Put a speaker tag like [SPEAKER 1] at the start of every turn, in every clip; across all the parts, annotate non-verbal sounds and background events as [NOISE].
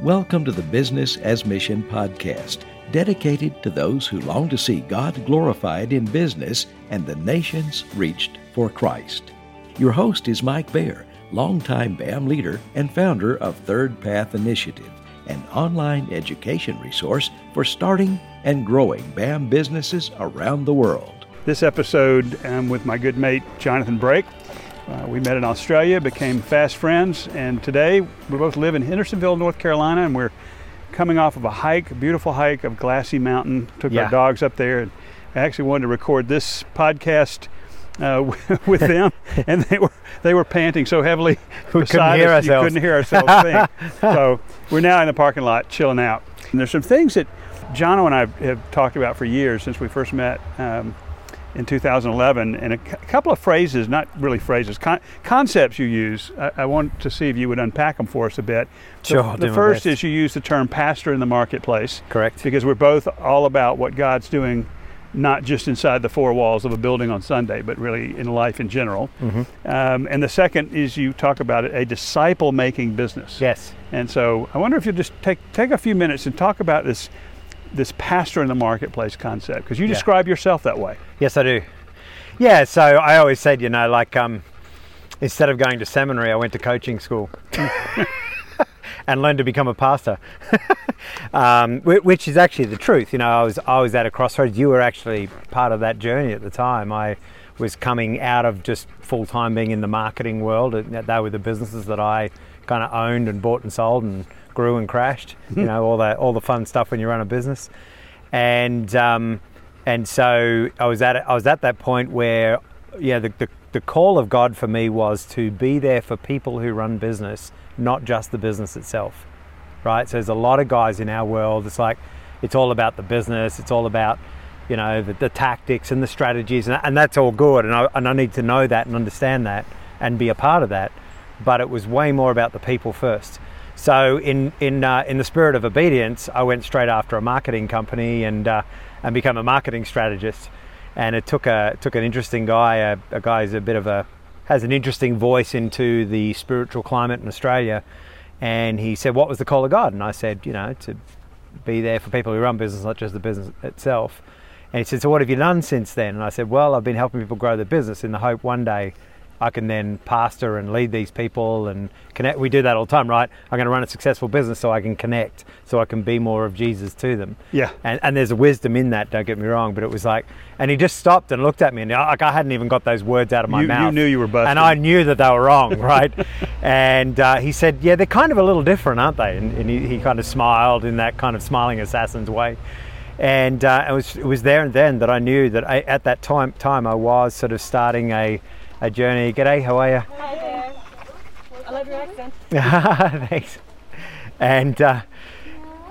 [SPEAKER 1] Welcome to the Business as Mission podcast, dedicated to those who long to see God glorified in business and the nations reached for Christ. Your host is Mike Baer, longtime BAM leader and founder of Third Path Initiative, an online education resource for starting and growing BAM businesses around the world.
[SPEAKER 2] This episode, I'm with my good mate Jonathan Brake. Uh, we met in Australia, became fast friends, and today we both live in Hendersonville, North Carolina, and we're coming off of a hike, a beautiful hike of Glassy Mountain. Took
[SPEAKER 3] Yeah.
[SPEAKER 2] our dogs up there, and I actually wanted to record this podcast uh, [LAUGHS] with
[SPEAKER 3] [LAUGHS]
[SPEAKER 2] them, and they were they were panting so heavily
[SPEAKER 3] We couldn't
[SPEAKER 2] beside
[SPEAKER 3] hear
[SPEAKER 2] us, you
[SPEAKER 3] ourselves. [LAUGHS]
[SPEAKER 2] couldn't hear ourselves think. so we're now in the parking lot chilling out. And there's some things that Jono and I have talked about for years since we first met um, in 2011, and a c- couple of phrases, not really phrases, con- concepts you use. I-, I want to see if you would unpack them for us a bit. The-
[SPEAKER 3] Sure, I'll
[SPEAKER 2] The,
[SPEAKER 3] do my
[SPEAKER 2] first
[SPEAKER 3] best.
[SPEAKER 2] is you use the term pastor in the marketplace
[SPEAKER 3] Correct.
[SPEAKER 2] because we're both all about what God's doing, not just inside the four walls of a building on Sunday, but really in life in general.
[SPEAKER 3] Mm-hmm.
[SPEAKER 2] Um, and the second is you talk about it, a disciple making business.
[SPEAKER 3] Yes.
[SPEAKER 2] And so I wonder if you'll just take take a few minutes and talk about this this pastor in the marketplace concept because you
[SPEAKER 3] Yeah.
[SPEAKER 2] describe yourself that way.
[SPEAKER 3] Yes, I do. Yeah. So I always said, you know, like um, instead of going to seminary, I went to coaching school [LAUGHS] and learned to become a pastor, um, whi- which is actually the truth. You know, I was I was at a crossroads. You were actually part of that journey at the time. I was coming out of just full time being in the marketing world. and that- They were the businesses that I kind of owned and bought and sold and grew and crashed. You know, all that all the fun stuff when you run a business, and um, and so I was at I was at that point where yeah the, the the call of God for me was to be there for people who run business, not just the business itself, right? So there's a lot of guys in our world. It's like it's all about the business. It's all about you know the, the tactics and the strategies, and, and that's all good. And I, and I need to know that and understand that and be a part of that. But it was way more about the people first. So in in uh, in the spirit of obedience, I went straight after a marketing company and uh, and became a marketing strategist. And it took a it took an interesting guy, a, a guy who's a bit of a has an interesting voice into the spiritual climate in Australia. And he said, "What was the call of God?" And I said, "You know, to be there for people who run business, not just the business itself." And he said, "So what have you done since then?" And I said, "Well, I've been helping people grow their business in the hope one day I can then pastor and lead these people and connect. We do that all the time, right? I'm going to run a successful business so I can connect, so I can be more of Jesus to them.
[SPEAKER 2] Yeah.
[SPEAKER 3] And, and there's a wisdom in that, don't get me wrong, but it was like, and he just stopped and looked at me, and I, like I hadn't even got those words out of my
[SPEAKER 2] You- you
[SPEAKER 3] mouth.
[SPEAKER 2] knew you were busted.
[SPEAKER 3] And I knew that they were wrong, [LAUGHS] right? and uh, he said, Yeah, they're kind of a little different, aren't they? And, and he, he kind of smiled in that kind of smiling assassin's way. And uh, it, was, it was there and then that I knew that I, at that time, time I was sort of starting a, a journey. G'day, how are you?
[SPEAKER 4] Hi there. I love your accent.
[SPEAKER 3] [LAUGHS] Thanks. And uh,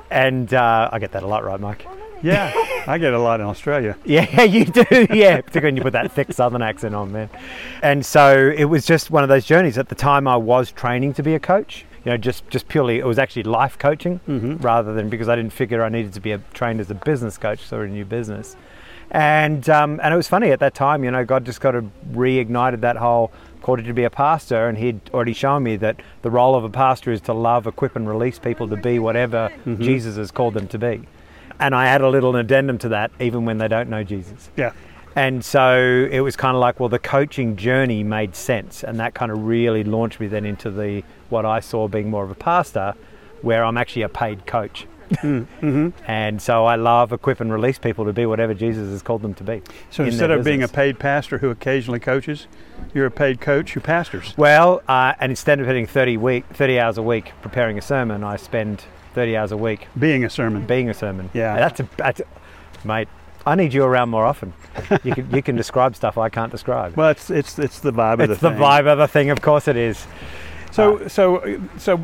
[SPEAKER 3] and uh, I get that a lot, right, Mike?
[SPEAKER 2] Yeah, I get a lot in Australia.
[SPEAKER 3] [LAUGHS] Yeah, you do. [LAUGHS] Yeah, particularly when you put that thick Southern accent on, man. And so it was just one of those journeys. At the time, I was training to be a coach. You know, just just purely it was actually life coaching rather than because I didn't figure I needed to be a, trained as a business coach, so a new business. And um, and it was funny at that time. You know, God just got of reignited that whole called it to be a pastor, and He'd already shown me that the role of a pastor is to love, equip, and release people to be whatever Jesus has called them to be. And I add a little addendum to that, even when they don't know Jesus.
[SPEAKER 2] Yeah,
[SPEAKER 3] And so it was kind of like, well, the coaching journey made sense, and that kind of really launched me then into the what I saw being more of a pastor, where I'm actually a paid coach.
[SPEAKER 2] Hmm, mm-hmm.
[SPEAKER 3] And so I love equip and release people to be whatever Jesus has called them to be.
[SPEAKER 2] So
[SPEAKER 3] in
[SPEAKER 2] instead
[SPEAKER 3] their
[SPEAKER 2] of being a
[SPEAKER 3] business.
[SPEAKER 2] paid pastor who occasionally coaches, you're a paid coach who pastors.
[SPEAKER 3] well, uh, and instead of hitting 30 week, 30 hours a week preparing a sermon, I spend 30 hours a week
[SPEAKER 2] Being a sermon.
[SPEAKER 3] being a sermon.
[SPEAKER 2] Yeah.
[SPEAKER 3] that's a that's, a- mate. I need you around
[SPEAKER 2] [LAUGHS]
[SPEAKER 3] more often. You can you can describe stuff I can't describe.
[SPEAKER 2] Well, it's it's it's the vibe of the
[SPEAKER 3] it's the
[SPEAKER 2] thing.
[SPEAKER 3] vibe of the thing. Of course, it is. Uh,
[SPEAKER 2] So so so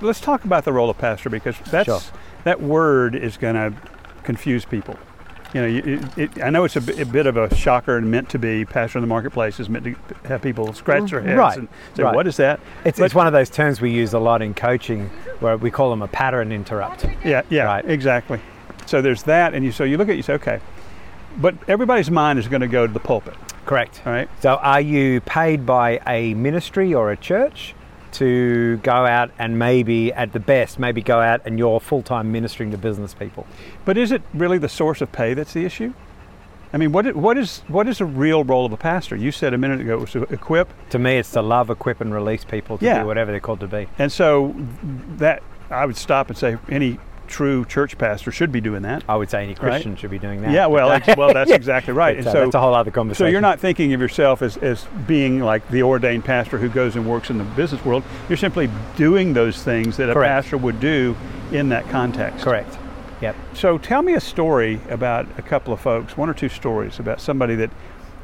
[SPEAKER 2] let's talk about the role of pastor because that's
[SPEAKER 3] Sure.
[SPEAKER 2] that word is going to confuse people. You know, you- it, it, I know it's a, bi- a bit of a shocker and meant to be pastor in the marketplace is meant to have people scratch their heads
[SPEAKER 3] Right,
[SPEAKER 2] and say,
[SPEAKER 3] right.
[SPEAKER 2] "What is that?"
[SPEAKER 3] It's,
[SPEAKER 2] But-
[SPEAKER 3] it's one of those terms we use a lot in coaching where we call them a pattern interrupt.
[SPEAKER 2] Yeah, yeah,
[SPEAKER 3] Right.
[SPEAKER 2] exactly. So there's that, and you so you look at it, you say, "Okay," but everybody's mind is going to go to the pulpit,
[SPEAKER 3] Correct.
[SPEAKER 2] all right?
[SPEAKER 3] So, are you paid by a ministry or a church to go out and maybe, at the best, maybe go out and you're full time ministering to business people.
[SPEAKER 2] But is it really the source of pay that's the issue? I mean, what, i- what, is, what is the real role of a pastor? You said a minute ago it was to equip.
[SPEAKER 3] To me, it's to love, equip, and release people to
[SPEAKER 2] Yeah.
[SPEAKER 3] do whatever they're called to be.
[SPEAKER 2] And so that I would stop and say any true church pastor should be doing that.
[SPEAKER 3] I would say any Christian should be doing that.
[SPEAKER 2] Yeah, well, it's- well,
[SPEAKER 3] [LAUGHS]
[SPEAKER 2] that's
[SPEAKER 3] Yeah.
[SPEAKER 2] exactly right.
[SPEAKER 3] But,
[SPEAKER 2] And
[SPEAKER 3] uh,
[SPEAKER 2] so
[SPEAKER 3] that's a whole other
[SPEAKER 2] So
[SPEAKER 3] conversation.
[SPEAKER 2] you're not thinking of yourself as, as being like the ordained pastor who goes and works in the business world. You're simply doing those things that a
[SPEAKER 3] Correct.
[SPEAKER 2] pastor would do in that context.
[SPEAKER 3] correct. Yep.
[SPEAKER 2] So tell me a story about a couple of folks, one or two stories about somebody that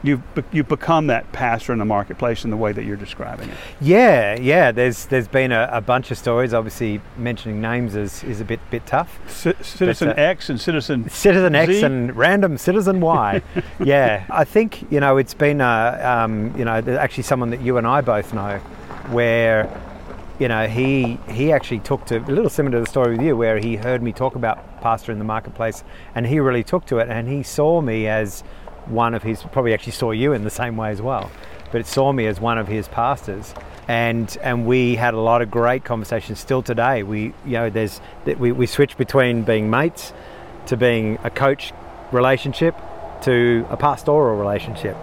[SPEAKER 2] you've, be- you've become that pastor in the marketplace in the way that you're describing it.
[SPEAKER 3] Yeah, yeah. There's there's been a, a bunch of stories. Obviously, mentioning names is, is a bit bit tough.
[SPEAKER 2] C- Citizen
[SPEAKER 3] But, uh,
[SPEAKER 2] X and Citizen
[SPEAKER 3] Citizen X
[SPEAKER 2] Z?
[SPEAKER 3] and random Citizen [LAUGHS] Y. yeah, I think you know it's been uh, um, you know th- actually someone that you and I both know, where you know he he actually took to a little similar to the story with you, where he heard me talk about pastor in the marketplace, and he really took to it, and he saw me as one of his probably actually saw you in the same way as well, but saw me as one of his pastors. And, and we had a lot of great conversations still today. We, you know, there's, that we, we switch between being mates to being a coach relationship to a pastoral relationship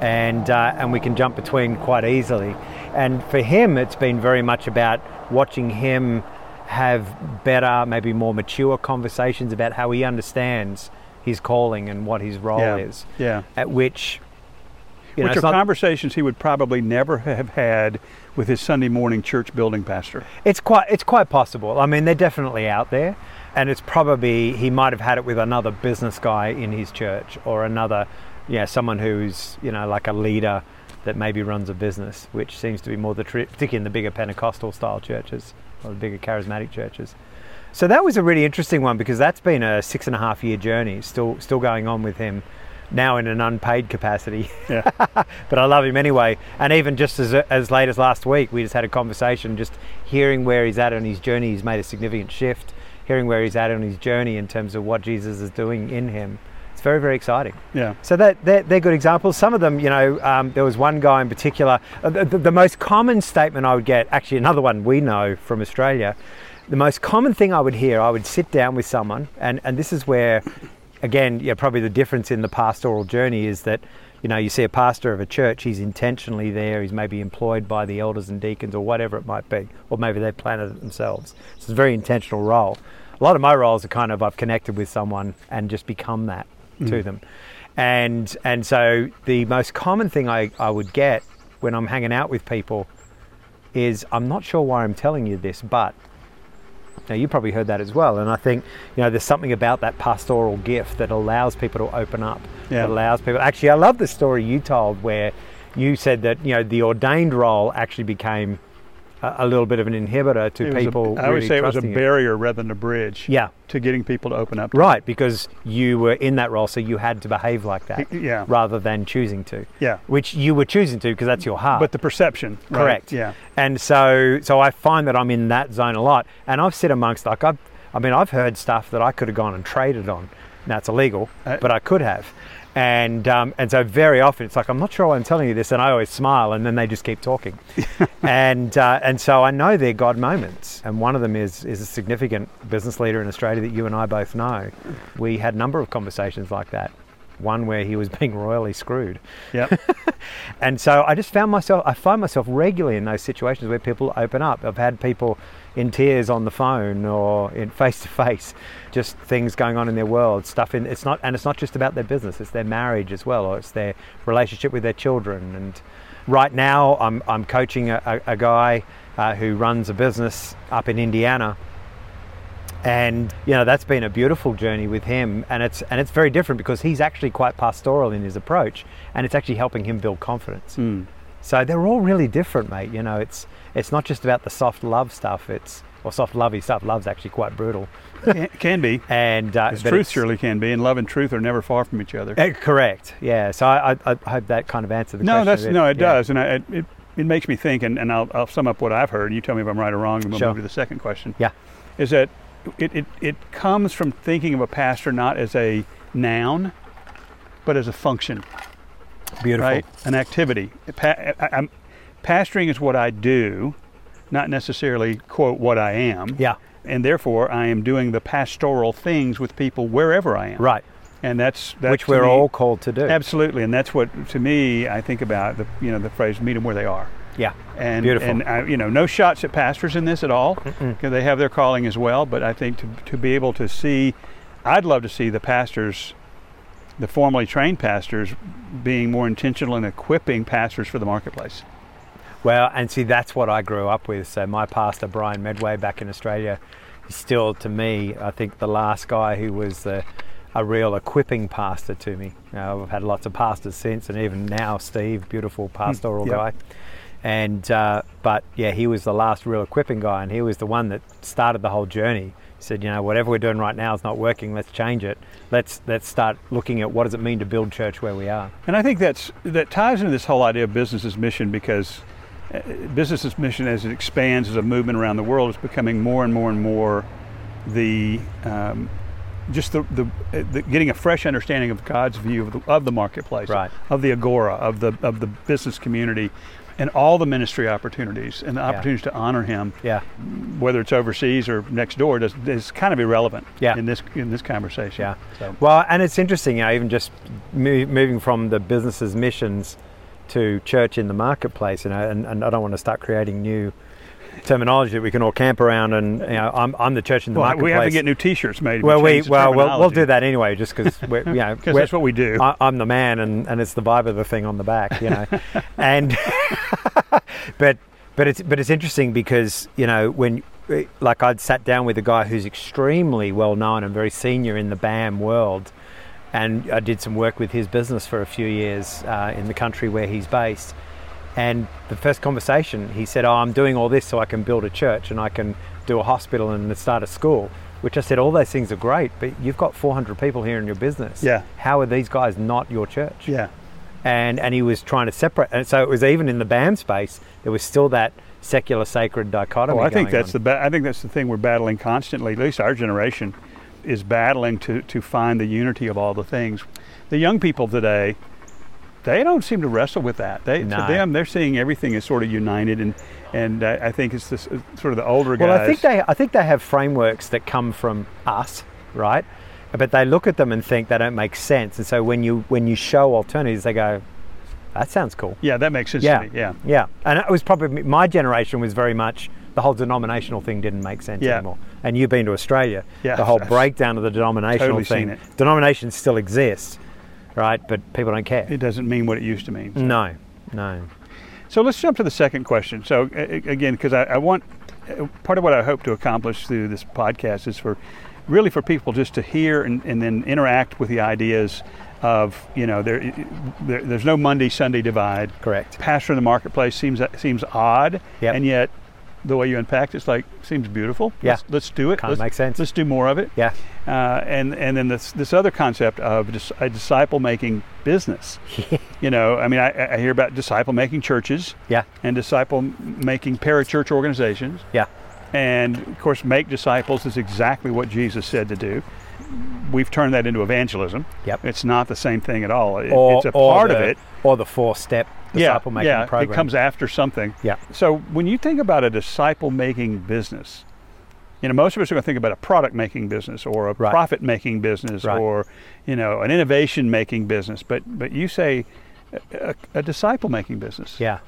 [SPEAKER 3] and uh, and we can jump between quite easily and for him it's been very much about watching him have better maybe more mature conversations about how he understands his calling and what his role
[SPEAKER 2] Yeah,
[SPEAKER 3] is
[SPEAKER 2] yeah.
[SPEAKER 3] at which you know,
[SPEAKER 2] which
[SPEAKER 3] it's
[SPEAKER 2] are
[SPEAKER 3] not-
[SPEAKER 2] conversations he would probably never have had with his Sunday morning church building pastor.
[SPEAKER 3] It's quite it's quite possible. I mean, they're definitely out there, and it's probably he might have had it with another business guy in his church or another, yeah, someone who's you know like a leader that maybe runs a business, which seems to be more the tri- particularly in the bigger Pentecostal style churches or the bigger charismatic churches. So that was a really interesting one because that's been a six and a half year journey, still still going on with him, now in an unpaid capacity. [LAUGHS]
[SPEAKER 2] Yeah.
[SPEAKER 3] but I love him anyway. And even just as, as late as last week, we just had a conversation, just hearing where he's at on his journey. He's made a significant shift, hearing where he's at on his journey in terms of what Jesus is doing in him. It's very, very exciting. [LAUGHS]
[SPEAKER 2] yeah.
[SPEAKER 3] So that they're, they're good examples. Some of them, you know, um, there was one guy in particular. uh, The, the, the most common statement I would get, actually, another one we know from Australia. The most common thing I would hear, I would sit down with someone, and, and this is where, again, yeah, probably the difference in the pastoral journey is that, you know, you see a pastor of a church, he's intentionally there, he's maybe employed by the elders and deacons or whatever it might be, or maybe they planted it themselves. So it's a very intentional role. A lot of my roles are kind of I've connected with someone and just become that to
[SPEAKER 2] Mm.
[SPEAKER 3] them. And and so the most common thing I, I would get when I'm hanging out with people is I'm not sure why I'm telling you this, but now you probably heard that as well. And I think, you know, there's something about that pastoral gift that allows people to open up.
[SPEAKER 2] Yeah.
[SPEAKER 3] That allows people actually I love the story you told where you said that, you know, the ordained role actually became a, a little bit of an inhibitor to
[SPEAKER 2] It was a-
[SPEAKER 3] people.
[SPEAKER 2] I always
[SPEAKER 3] really
[SPEAKER 2] say it was a
[SPEAKER 3] trusting
[SPEAKER 2] barrier rather than a bridge
[SPEAKER 3] Yeah.
[SPEAKER 2] to getting people to open up. to
[SPEAKER 3] Right, because you were in that role, so you had to behave like that
[SPEAKER 2] Y- yeah.
[SPEAKER 3] rather than choosing to.
[SPEAKER 2] Yeah.
[SPEAKER 3] Which you were choosing to because that's your heart.
[SPEAKER 2] But the perception, right?
[SPEAKER 3] correct.
[SPEAKER 2] Yeah,
[SPEAKER 3] And so so I find that I'm in that zone a lot. And I've sit amongst like I've I mean I've heard stuff that I could have gone and traded on. Now it's illegal,
[SPEAKER 2] Uh,
[SPEAKER 3] but I could have. And um, and so very often it's like I'm not sure why I'm telling you this, and I always smile, and then they just
[SPEAKER 2] [LAUGHS]
[SPEAKER 3] keep talking, and uh, and so I know they're God moments, and one of them is is a significant business leader in Australia that you and I both know. We had a number of conversations like that, one where he was [LAUGHS] being royally screwed, [LAUGHS]
[SPEAKER 2] yeah.
[SPEAKER 3] and so I just found myself, I find myself regularly in those situations where people open up. I've had people in tears on the phone or in [LAUGHS] face to face, just things going on in their world, stuff in, it's not, and it's not just about their business, it's their marriage as well, or it's their relationship with their children. And right now I'm, I'm coaching a, a, a guy uh, who runs a business up in Indiana and you know that's been a beautiful journey with him and it's and it's very different because he's actually quite pastoral in his approach and it's actually helping him build confidence
[SPEAKER 2] Hmm.
[SPEAKER 3] so they're all really different mate you know it's it's not just about the soft love stuff it's or soft lovey stuff love's actually quite brutal
[SPEAKER 2] Can, can be.
[SPEAKER 3] and uh,
[SPEAKER 2] It's
[SPEAKER 3] but
[SPEAKER 2] truth
[SPEAKER 3] it's-
[SPEAKER 2] surely can be, and love and truth are never far from each other.
[SPEAKER 3] eh, correct yeah so I, I, I hope that kind of answered the
[SPEAKER 2] no,
[SPEAKER 3] question
[SPEAKER 2] that's
[SPEAKER 3] a bit.
[SPEAKER 2] no, it
[SPEAKER 3] Yeah.
[SPEAKER 2] does, and I, it- it it makes me think, and, and I'll, I'll sum up what I've heard. and You tell me if I'm right or wrong, and we'll
[SPEAKER 3] Sure.
[SPEAKER 2] move to the second question.
[SPEAKER 3] yeah
[SPEAKER 2] Is that it, it? It comes from thinking of a pastor not as a noun, but as a function.
[SPEAKER 3] beautiful
[SPEAKER 2] Right, an activity. Pa- I, am pastoring is what I do, not necessarily, quote, what I am.
[SPEAKER 3] Yeah.
[SPEAKER 2] And therefore, I am doing the pastoral things with people wherever I am.
[SPEAKER 3] Right.
[SPEAKER 2] And that's, that's
[SPEAKER 3] Which
[SPEAKER 2] to
[SPEAKER 3] we're
[SPEAKER 2] me-
[SPEAKER 3] all called to do.
[SPEAKER 2] Absolutely, and that's what to me I think about the you know the phrase "meet them where they are."
[SPEAKER 3] Yeah.
[SPEAKER 2] And
[SPEAKER 3] Beautiful.
[SPEAKER 2] and I, you know no shots at pastors in this at all. 'cause They have their calling as well, but I think to to be able to see, I'd love to see the pastors, the formally trained pastors, being more intentional in equipping pastors for the marketplace.
[SPEAKER 3] Well, and see, that's what I grew up with. So my pastor, Brian Medway, back in Australia, is still to me, I think, the last guy who was uh, a real equipping pastor to me. Now, I've had lots of pastors since, and even now, Steve, beautiful pastoral
[SPEAKER 2] yeah.
[SPEAKER 3] guy. And uh, but yeah, he was the last real equipping guy, and he was the one that started the whole journey. He said, you know, whatever we're doing right now is not working. Let's change it. Let's let's start looking at what does it mean to build church where we are.
[SPEAKER 2] And I think that's that ties into this whole idea of business's mission because uh, business's mission, as it expands as a movement around the world, is becoming more and more and more the um, just the, the, uh, the getting a fresh understanding of God's view of the, of the marketplace,
[SPEAKER 3] Right.
[SPEAKER 2] of the agora, of the of the business community, and all the ministry opportunities and the opportunities to honor Him,
[SPEAKER 3] Yeah,
[SPEAKER 2] whether it's overseas or next door, does, is kind of irrelevant
[SPEAKER 3] Yeah.
[SPEAKER 2] in this in this conversation.
[SPEAKER 3] Yeah.
[SPEAKER 2] So,
[SPEAKER 3] Well, and it's interesting, you know, even just mo- moving from the business's missions to church in the marketplace, you know, and, and I don't want to start creating new terminology that we can all camp around and, you know, I'm, I'm the church in the
[SPEAKER 2] well,
[SPEAKER 3] marketplace.
[SPEAKER 2] we have to get new T-shirts made. if
[SPEAKER 3] well, we,
[SPEAKER 2] change the
[SPEAKER 3] well, well, we'll
[SPEAKER 2] terminology.
[SPEAKER 3] do that anyway, just
[SPEAKER 2] [LAUGHS]
[SPEAKER 3] because, you know,
[SPEAKER 2] 'Cause
[SPEAKER 3] we're-
[SPEAKER 2] that's what we do.
[SPEAKER 3] I, I'm the man, and, and it's the vibe of the thing on the back,
[SPEAKER 2] [LAUGHS]
[SPEAKER 3] you know. and [LAUGHS] but but it's but it's interesting because you know when like I'd sat down with a guy who's extremely well known and very senior in the BAM world, and I did some work with his business for a few years uh, in the country where he's based. And the first conversation, he said, "Oh, I'm doing all this so I can build a church and I can do a hospital and start a school." Which I said, "All those things are great, but you've got 400 people here in your business.
[SPEAKER 2] Yeah.
[SPEAKER 3] How are these guys not your church?"
[SPEAKER 2] Yeah.
[SPEAKER 3] and and he was trying to separate. And so it was even in the BAM space, there was still that secular sacred dichotomy.
[SPEAKER 2] Well, I think
[SPEAKER 3] going
[SPEAKER 2] that's
[SPEAKER 3] on.
[SPEAKER 2] the ba- I think that's the thing we're battling constantly. At least our generation is battling to to find the unity of all the things. The young people today, they don't seem to wrestle with that. They
[SPEAKER 3] No.
[SPEAKER 2] to them they're seeing everything as sort of united and and I, I think it's this uh, sort of the older guys.
[SPEAKER 3] well. I think they I think they have frameworks that come from us, right? But they look at them and think they don't make sense. And so when you when you show alternatives, they go, "That sounds cool."
[SPEAKER 2] yeah, that makes sense
[SPEAKER 3] Yeah,
[SPEAKER 2] to me. Yeah.
[SPEAKER 3] yeah. And it was probably my generation was very much the whole denominational thing didn't make sense
[SPEAKER 2] Yeah.
[SPEAKER 3] anymore. And you've been to Australia,
[SPEAKER 2] Yeah,
[SPEAKER 3] the whole
[SPEAKER 2] I've
[SPEAKER 3] breakdown of the denominational
[SPEAKER 2] totally
[SPEAKER 3] thing.
[SPEAKER 2] seen it.
[SPEAKER 3] Denominations still exist, right? But people don't care.
[SPEAKER 2] It doesn't mean what it used to mean.
[SPEAKER 3] No, no.
[SPEAKER 2] So let's jump to the second question. So a- a- again, because I, I want uh, part of what I hope to accomplish through this podcast is for really for people just to hear and, and then interact with the ideas of you know there, there there's no Monday Sunday divide.
[SPEAKER 3] Correct.
[SPEAKER 2] Pastor in the marketplace seems seems odd,
[SPEAKER 3] Yep.
[SPEAKER 2] and yet the way you unpacked it's like seems beautiful.
[SPEAKER 3] Yeah.
[SPEAKER 2] Let's, let's do it.
[SPEAKER 3] Kinda
[SPEAKER 2] let's,
[SPEAKER 3] makes sense.
[SPEAKER 2] Let's do more of it.
[SPEAKER 3] Yeah.
[SPEAKER 2] Uh, and and then this this other concept of dis- a disciple making
[SPEAKER 3] [LAUGHS]
[SPEAKER 2] business. you know, I mean, I, I hear about disciple making churches
[SPEAKER 3] Yeah.
[SPEAKER 2] and disciple making parachurch organizations.
[SPEAKER 3] Yeah.
[SPEAKER 2] And of course, make disciples is exactly what Jesus said to do. We've turned that into evangelism.
[SPEAKER 3] Yep.
[SPEAKER 2] It's not the same thing at all. It- it's a part
[SPEAKER 3] the,
[SPEAKER 2] of it.
[SPEAKER 3] Or the four step disciple making
[SPEAKER 2] yeah,
[SPEAKER 3] program.
[SPEAKER 2] It comes after something.
[SPEAKER 3] Yeah.
[SPEAKER 2] So when you think about a disciple making business, you know, most of us are going to think about a product making business or a
[SPEAKER 3] Right.
[SPEAKER 2] profit making business
[SPEAKER 3] Right.
[SPEAKER 2] or, you know, an innovation making business. But but you say a, a, a disciple making business.
[SPEAKER 3] Yeah.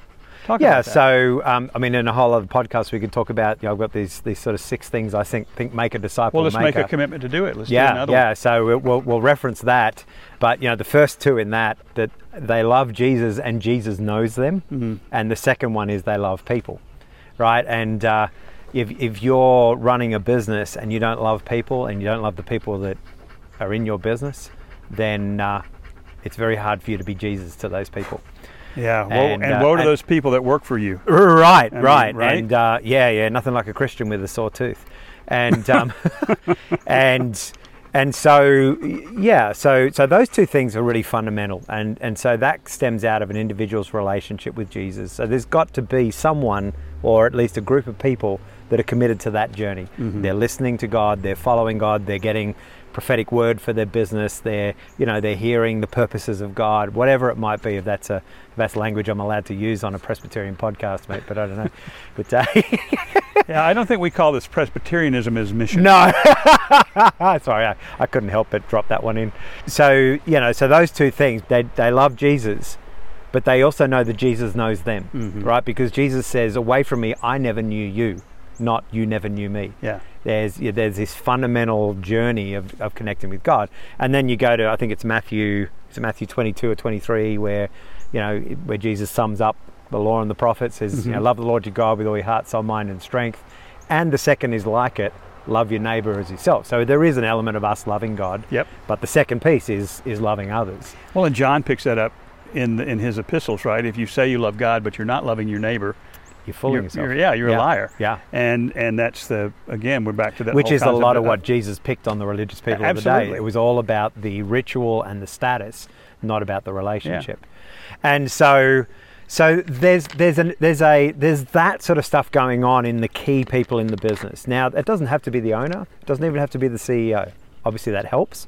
[SPEAKER 2] Talk
[SPEAKER 3] yeah,
[SPEAKER 2] about that.
[SPEAKER 3] so um, I mean, in a whole other podcast, we could talk about. You know, I've got these these sort of six things I think think make a disciple.
[SPEAKER 2] Well, let's make
[SPEAKER 3] maker.
[SPEAKER 2] a commitment to do it. Let's do
[SPEAKER 3] yeah,
[SPEAKER 2] another
[SPEAKER 3] yeah.
[SPEAKER 2] one.
[SPEAKER 3] So we'll, we'll we'll reference that, but you know, the first two in that that they love Jesus and Jesus knows them,
[SPEAKER 2] Mm-hmm.
[SPEAKER 3] and the second one is they love people, right? And uh, if if you're running a business and you don't love people and you don't love the people that are in your business, then uh, it's very hard for you to be Jesus to those people.
[SPEAKER 2] Yeah. Woe,
[SPEAKER 3] And,
[SPEAKER 2] and,
[SPEAKER 3] uh,
[SPEAKER 2] woe to
[SPEAKER 3] and-
[SPEAKER 2] those people that work for
[SPEAKER 3] [LAUGHS]
[SPEAKER 2] you.
[SPEAKER 3] Right, right,
[SPEAKER 2] right?
[SPEAKER 3] and uh, yeah, yeah, nothing like a Christian with a sore tooth, and um, and and so yeah, so so those two things are really fundamental, and and so that stems out of an individual's relationship with Jesus. So there's got to be someone, or at least a group of people, that are committed to that journey. They're listening to God, they're following God, they're getting prophetic word for their business, their you know their hearing, the purposes of God, whatever it might be. If that's a if that's language I'm allowed to use on a Presbyterian podcast, mate, but I don't know. But uh, [LAUGHS]
[SPEAKER 2] Yeah, I don't think we call this Presbyterianism as mission.
[SPEAKER 3] no, [LAUGHS] sorry, I, I couldn't help but drop that one in. So you know, so those two things they they love Jesus. But they also know that Jesus knows them, right? Because Jesus says, "Away from me, I never knew you, not you never knew me."
[SPEAKER 2] Yeah.
[SPEAKER 3] there's yeah, there's this fundamental journey of, of connecting with God, and then you go to I think it's Matthew it's Matthew 22 or 23 where you know where Jesus sums up the law and the prophets says
[SPEAKER 2] Mm-hmm.
[SPEAKER 3] you know love the Lord your God with all your heart, soul, mind, and strength, and the second is like it love your neighbor as yourself. So there is an element of us loving God,
[SPEAKER 2] Yep.
[SPEAKER 3] but the second piece is is loving others.
[SPEAKER 2] Well, and John picks that up in in his epistles, right? If you say you love God but you're not loving your neighbor,
[SPEAKER 3] You're fooling
[SPEAKER 2] you're,
[SPEAKER 3] yourself.
[SPEAKER 2] you're- yeah, you're a liar.
[SPEAKER 3] Yeah.
[SPEAKER 2] And and that's the again we're back to that
[SPEAKER 3] Which
[SPEAKER 2] whole
[SPEAKER 3] is a lot
[SPEAKER 2] concept
[SPEAKER 3] of what Jesus picked on the religious people of the day.
[SPEAKER 2] Absolutely.
[SPEAKER 3] It was all about the ritual and the status, not about the relationship. And so, so there's there's an, there's a there's that sort of stuff going on in the key people in the business. Now, it doesn't have to be the owner. It doesn't even have to be the CEO. Obviously, that helps.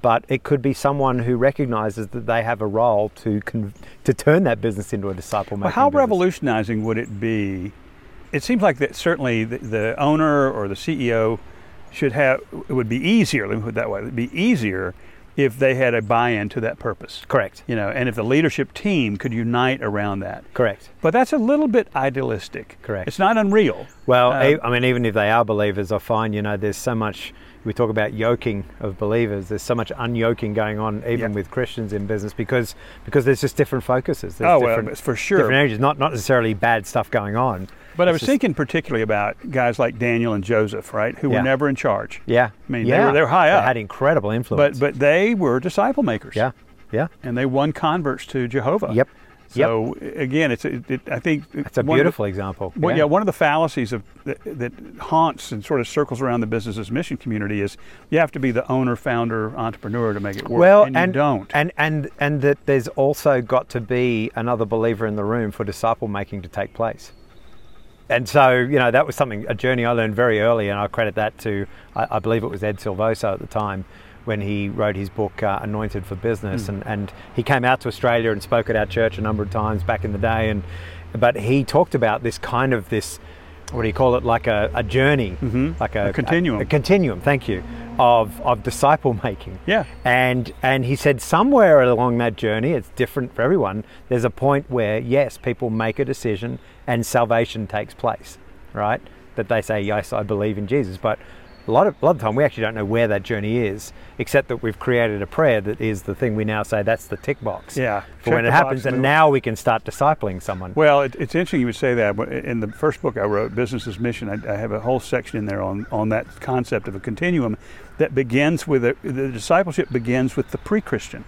[SPEAKER 3] But it could be someone who recognizes that they have a role to con- to turn that business into a disciple making.
[SPEAKER 2] Well, how revolutionizing would it be? It seems like that certainly the, the owner or the CEO should have. It would be easier. Let me put it that way. It would be easier if they had a buy-in to that purpose.
[SPEAKER 3] Correct.
[SPEAKER 2] You know, and if the leadership team could unite around that.
[SPEAKER 3] Correct.
[SPEAKER 2] But that's a little bit idealistic.
[SPEAKER 3] Correct.
[SPEAKER 2] It's not unreal.
[SPEAKER 3] Well,
[SPEAKER 2] Uh,
[SPEAKER 3] e- I mean, even if they are believers, I find you know there's so much. We talk about yoking of believers. There's so much unyoking going on, even
[SPEAKER 2] Yeah.
[SPEAKER 3] with Christians in business, because because there's just different focuses. There's
[SPEAKER 2] Oh, well,
[SPEAKER 3] different,
[SPEAKER 2] it's for sure.
[SPEAKER 3] Different areas, not not necessarily bad stuff going on.
[SPEAKER 2] But I
[SPEAKER 3] It's
[SPEAKER 2] was
[SPEAKER 3] just-
[SPEAKER 2] thinking particularly about guys like Daniel and Joseph, right, who
[SPEAKER 3] Yeah.
[SPEAKER 2] were never in charge.
[SPEAKER 3] yeah,
[SPEAKER 2] I mean,
[SPEAKER 3] yeah,
[SPEAKER 2] they, were, they were high up.
[SPEAKER 3] They had incredible
[SPEAKER 2] but
[SPEAKER 3] influence.
[SPEAKER 2] but they were disciple makers.
[SPEAKER 3] yeah, yeah,
[SPEAKER 2] And they won converts to Jehovah.
[SPEAKER 3] Yep. Yep.
[SPEAKER 2] So again, it's it, it, I think
[SPEAKER 3] it's a beautiful example.
[SPEAKER 2] Well, yeah. one of the fallacies of that, that haunts and sort of circles around the business's mission community is you have to be the owner, founder, entrepreneur to make it work.
[SPEAKER 3] well,
[SPEAKER 2] and, you don't.
[SPEAKER 3] and and and that there's also got to be another believer in the room for disciple making to take place. And so, you know, that was something a journey I learned very early, and I credit that to I, I believe it was Ed Silvoso at the time when he wrote his book uh, Anointed for Business,
[SPEAKER 2] Hmm.
[SPEAKER 3] and and he came out to Australia and spoke at our church a number of times back in the day, and but he talked about this kind of this. What do you call it? Like a, a journey, like
[SPEAKER 2] Mm-hmm.
[SPEAKER 3] a,
[SPEAKER 2] A continuum.
[SPEAKER 3] a, continuum. Thank you, of of disciple making
[SPEAKER 2] Yeah.
[SPEAKER 3] and and he said somewhere along that journey it's different for everyone there's a point where yes people make a decision and salvation takes place right that they say yes i believe in jesus but a lot of a lot of the time we actually don't know where that journey is except that we've created a prayer that is the thing we now say that's the tick box
[SPEAKER 2] Yeah,
[SPEAKER 3] for
[SPEAKER 2] check
[SPEAKER 3] when
[SPEAKER 2] the
[SPEAKER 3] it
[SPEAKER 2] box
[SPEAKER 3] happens
[SPEAKER 2] and
[SPEAKER 3] and
[SPEAKER 2] move on.
[SPEAKER 3] now we can start discipling someone
[SPEAKER 2] Well, it, it's interesting you would say that. But In the first book I wrote, Business's Mission, I, I have a whole section in there on, on that concept of a continuum that begins with a, the discipleship begins with the pre-Christian.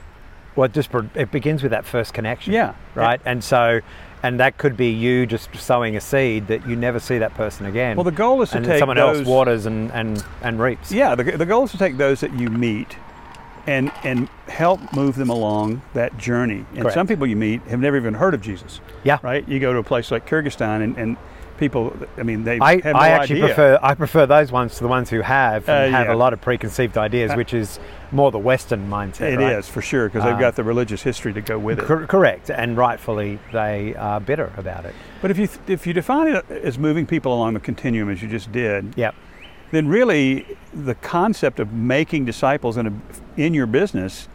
[SPEAKER 3] Well, it just pro- it begins with that first connection.
[SPEAKER 2] Yeah.
[SPEAKER 3] Right. And so, and that could be you just sowing a seed that you never see that person again.
[SPEAKER 2] Well, the goal is to
[SPEAKER 3] and
[SPEAKER 2] take
[SPEAKER 3] someone
[SPEAKER 2] those-
[SPEAKER 3] else waters and and and reaps.
[SPEAKER 2] Yeah, the, the goal is to take those that you meet and and help move them along that journey. And
[SPEAKER 3] Correct.
[SPEAKER 2] some people you meet have never even heard of Jesus.
[SPEAKER 3] Yeah.
[SPEAKER 2] Right? You go to a place like Kyrgyzstan and, and people, I mean, they
[SPEAKER 3] I,
[SPEAKER 2] have no
[SPEAKER 3] I actually
[SPEAKER 2] idea.
[SPEAKER 3] prefer I prefer those ones to the ones who have and
[SPEAKER 2] Uh,
[SPEAKER 3] have
[SPEAKER 2] yeah.
[SPEAKER 3] a lot of preconceived ideas,
[SPEAKER 2] Uh,
[SPEAKER 3] which is more the Western mindset.
[SPEAKER 2] It
[SPEAKER 3] right?
[SPEAKER 2] is, for sure because they've
[SPEAKER 3] Um,
[SPEAKER 2] got the religious history to go with it.
[SPEAKER 3] Cor- correct, and rightfully they are bitter about it.
[SPEAKER 2] But if you if you define it as moving people along the continuum as you just did,
[SPEAKER 3] Yep.
[SPEAKER 2] then really the concept of making disciples in a, in your business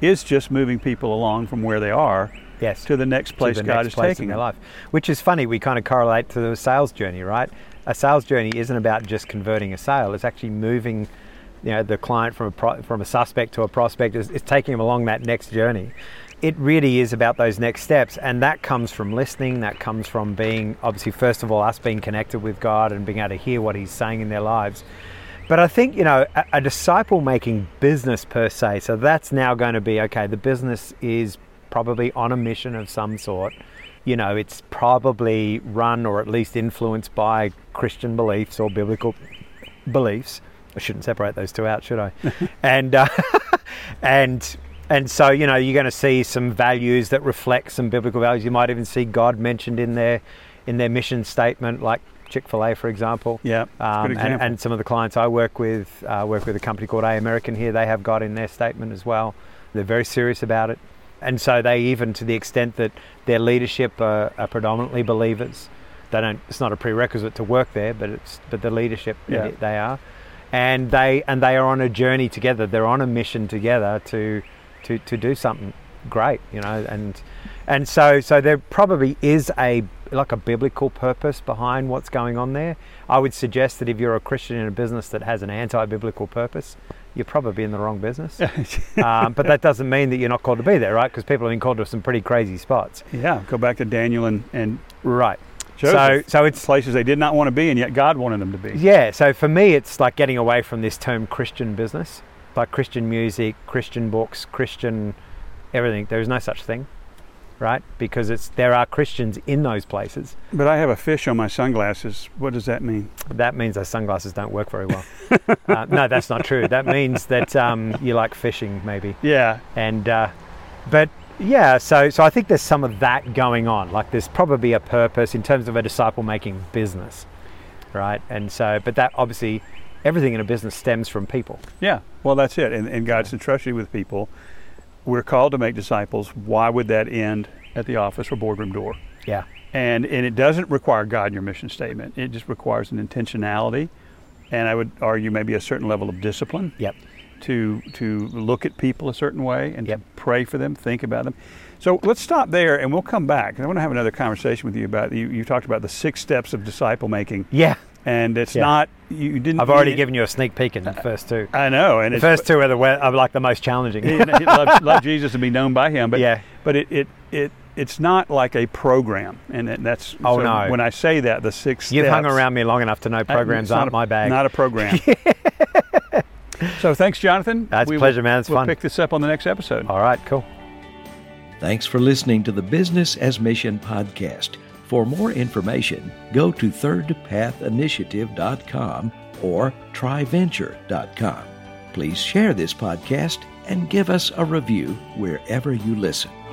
[SPEAKER 2] is just moving people along from where they are
[SPEAKER 3] Yes.
[SPEAKER 2] to the next place
[SPEAKER 3] to the
[SPEAKER 2] God
[SPEAKER 3] next
[SPEAKER 2] is
[SPEAKER 3] place
[SPEAKER 2] taking
[SPEAKER 3] in their
[SPEAKER 2] them.
[SPEAKER 3] life. Which is funny. We kind of correlate to the sales journey, right? A sales journey isn't about just converting a sale. It's actually moving, you know, the client from a pro- from a suspect to a prospect. It's, it's taking them along that next journey. It really is about those next steps, and that comes from listening. That comes from being obviously first of all us being connected with God and being able to hear what He's saying in their lives. But I think, you know, a, a disciple making business per se, so that's now going to be okay, the business is probably on a mission of some sort. You know, it's probably run or at least influenced by Christian beliefs or biblical beliefs. I shouldn't separate those two out, should I? and uh, [LAUGHS] and and so you know you're going to see some values that reflect some biblical values. You might even see God mentioned in their in their mission statement, like Chick Fil A, for example.
[SPEAKER 2] Yeah, it's a good
[SPEAKER 3] Um, and,
[SPEAKER 2] example.
[SPEAKER 3] and some of the clients I work with uh, work with a company called A American here. They have God in their statement as well. They're very serious about it, and so they even to the extent that their leadership are, are predominantly believers. They don't. It's not a prerequisite to work there, but it's but the leadership
[SPEAKER 2] Yeah.
[SPEAKER 3] they- they are, and they and they are on a journey together. They're on a mission together to to to do something great, you know, and and so so there probably is a like a biblical purpose behind what's going on there. I would suggest that if you're a Christian in a business that has an anti-biblical purpose, you're probably in the
[SPEAKER 2] [LAUGHS]
[SPEAKER 3] wrong business. um, but that doesn't mean that you're not called to be there, right? Because people have been called to some pretty crazy spots,
[SPEAKER 2] Yeah, go back to Daniel and, and
[SPEAKER 3] right?
[SPEAKER 2] Joseph.
[SPEAKER 3] So so it's
[SPEAKER 2] places they did not want to be, and yet God wanted them to be.
[SPEAKER 3] Yeah, so for me, it's like getting away from this term Christian business, like Christian music, Christian books, Christian everything. There is no such thing, right? Because it's there are Christians in those places.
[SPEAKER 2] But I have a fish on my sunglasses. What does that mean?
[SPEAKER 3] That means those sunglasses don't work very well. uh, no, that's not true. That means that um, you like fishing, maybe
[SPEAKER 2] Yeah,
[SPEAKER 3] and uh, but yeah so so i think there's some of that going on like there's probably a purpose in terms of a disciple making business right and so but that obviously everything in a business stems from people
[SPEAKER 2] yeah. Well, that's it. And, and God's entrusted you with people. We're called to make disciples. Why would that end at the office or boardroom door?
[SPEAKER 3] yeah
[SPEAKER 2] and and it doesn't require God in your mission statement. It just requires an intentionality, and I would argue maybe a certain level of discipline
[SPEAKER 3] yep
[SPEAKER 2] to to look at people a certain way and
[SPEAKER 3] Yep.
[SPEAKER 2] to pray for them, think about them. So let's stop there, and we'll come back. I want to have another conversation with you about you. You talked about the six steps of disciple making,
[SPEAKER 3] yeah
[SPEAKER 2] and it's
[SPEAKER 3] Yeah.
[SPEAKER 2] not you you didn't.
[SPEAKER 3] i've already
[SPEAKER 2] you-
[SPEAKER 3] given you a sneak peek in the first two
[SPEAKER 2] I know, uh, and
[SPEAKER 3] the
[SPEAKER 2] it's,
[SPEAKER 3] first two are the we- are like the
[SPEAKER 2] [LAUGHS]
[SPEAKER 3] most challenging
[SPEAKER 2] and love, love Jesus and be known by Him. But
[SPEAKER 3] Yeah.
[SPEAKER 2] but it, it it it's not like a program, and that- that's
[SPEAKER 3] Oh,
[SPEAKER 2] so
[SPEAKER 3] no.
[SPEAKER 2] When I say that, the six
[SPEAKER 3] you've hung
[SPEAKER 2] steps-
[SPEAKER 3] around me long enough to know
[SPEAKER 2] Uh,
[SPEAKER 3] programs
[SPEAKER 2] it's not
[SPEAKER 3] aren't
[SPEAKER 2] a-
[SPEAKER 3] my bag
[SPEAKER 2] Not a
[SPEAKER 3] [LAUGHS]
[SPEAKER 2] program. so thanks, Jonathan.
[SPEAKER 3] That's a
[SPEAKER 2] We will-
[SPEAKER 3] pleasure, man. It's
[SPEAKER 2] we'll
[SPEAKER 3] fun.
[SPEAKER 2] pick this up on the next episode.
[SPEAKER 3] all right cool
[SPEAKER 1] Thanks for listening to the Business as Mission podcast. For more information, go to thirdpathinitiative.com or tryventure.com. Please share this podcast and give us a review wherever you listen.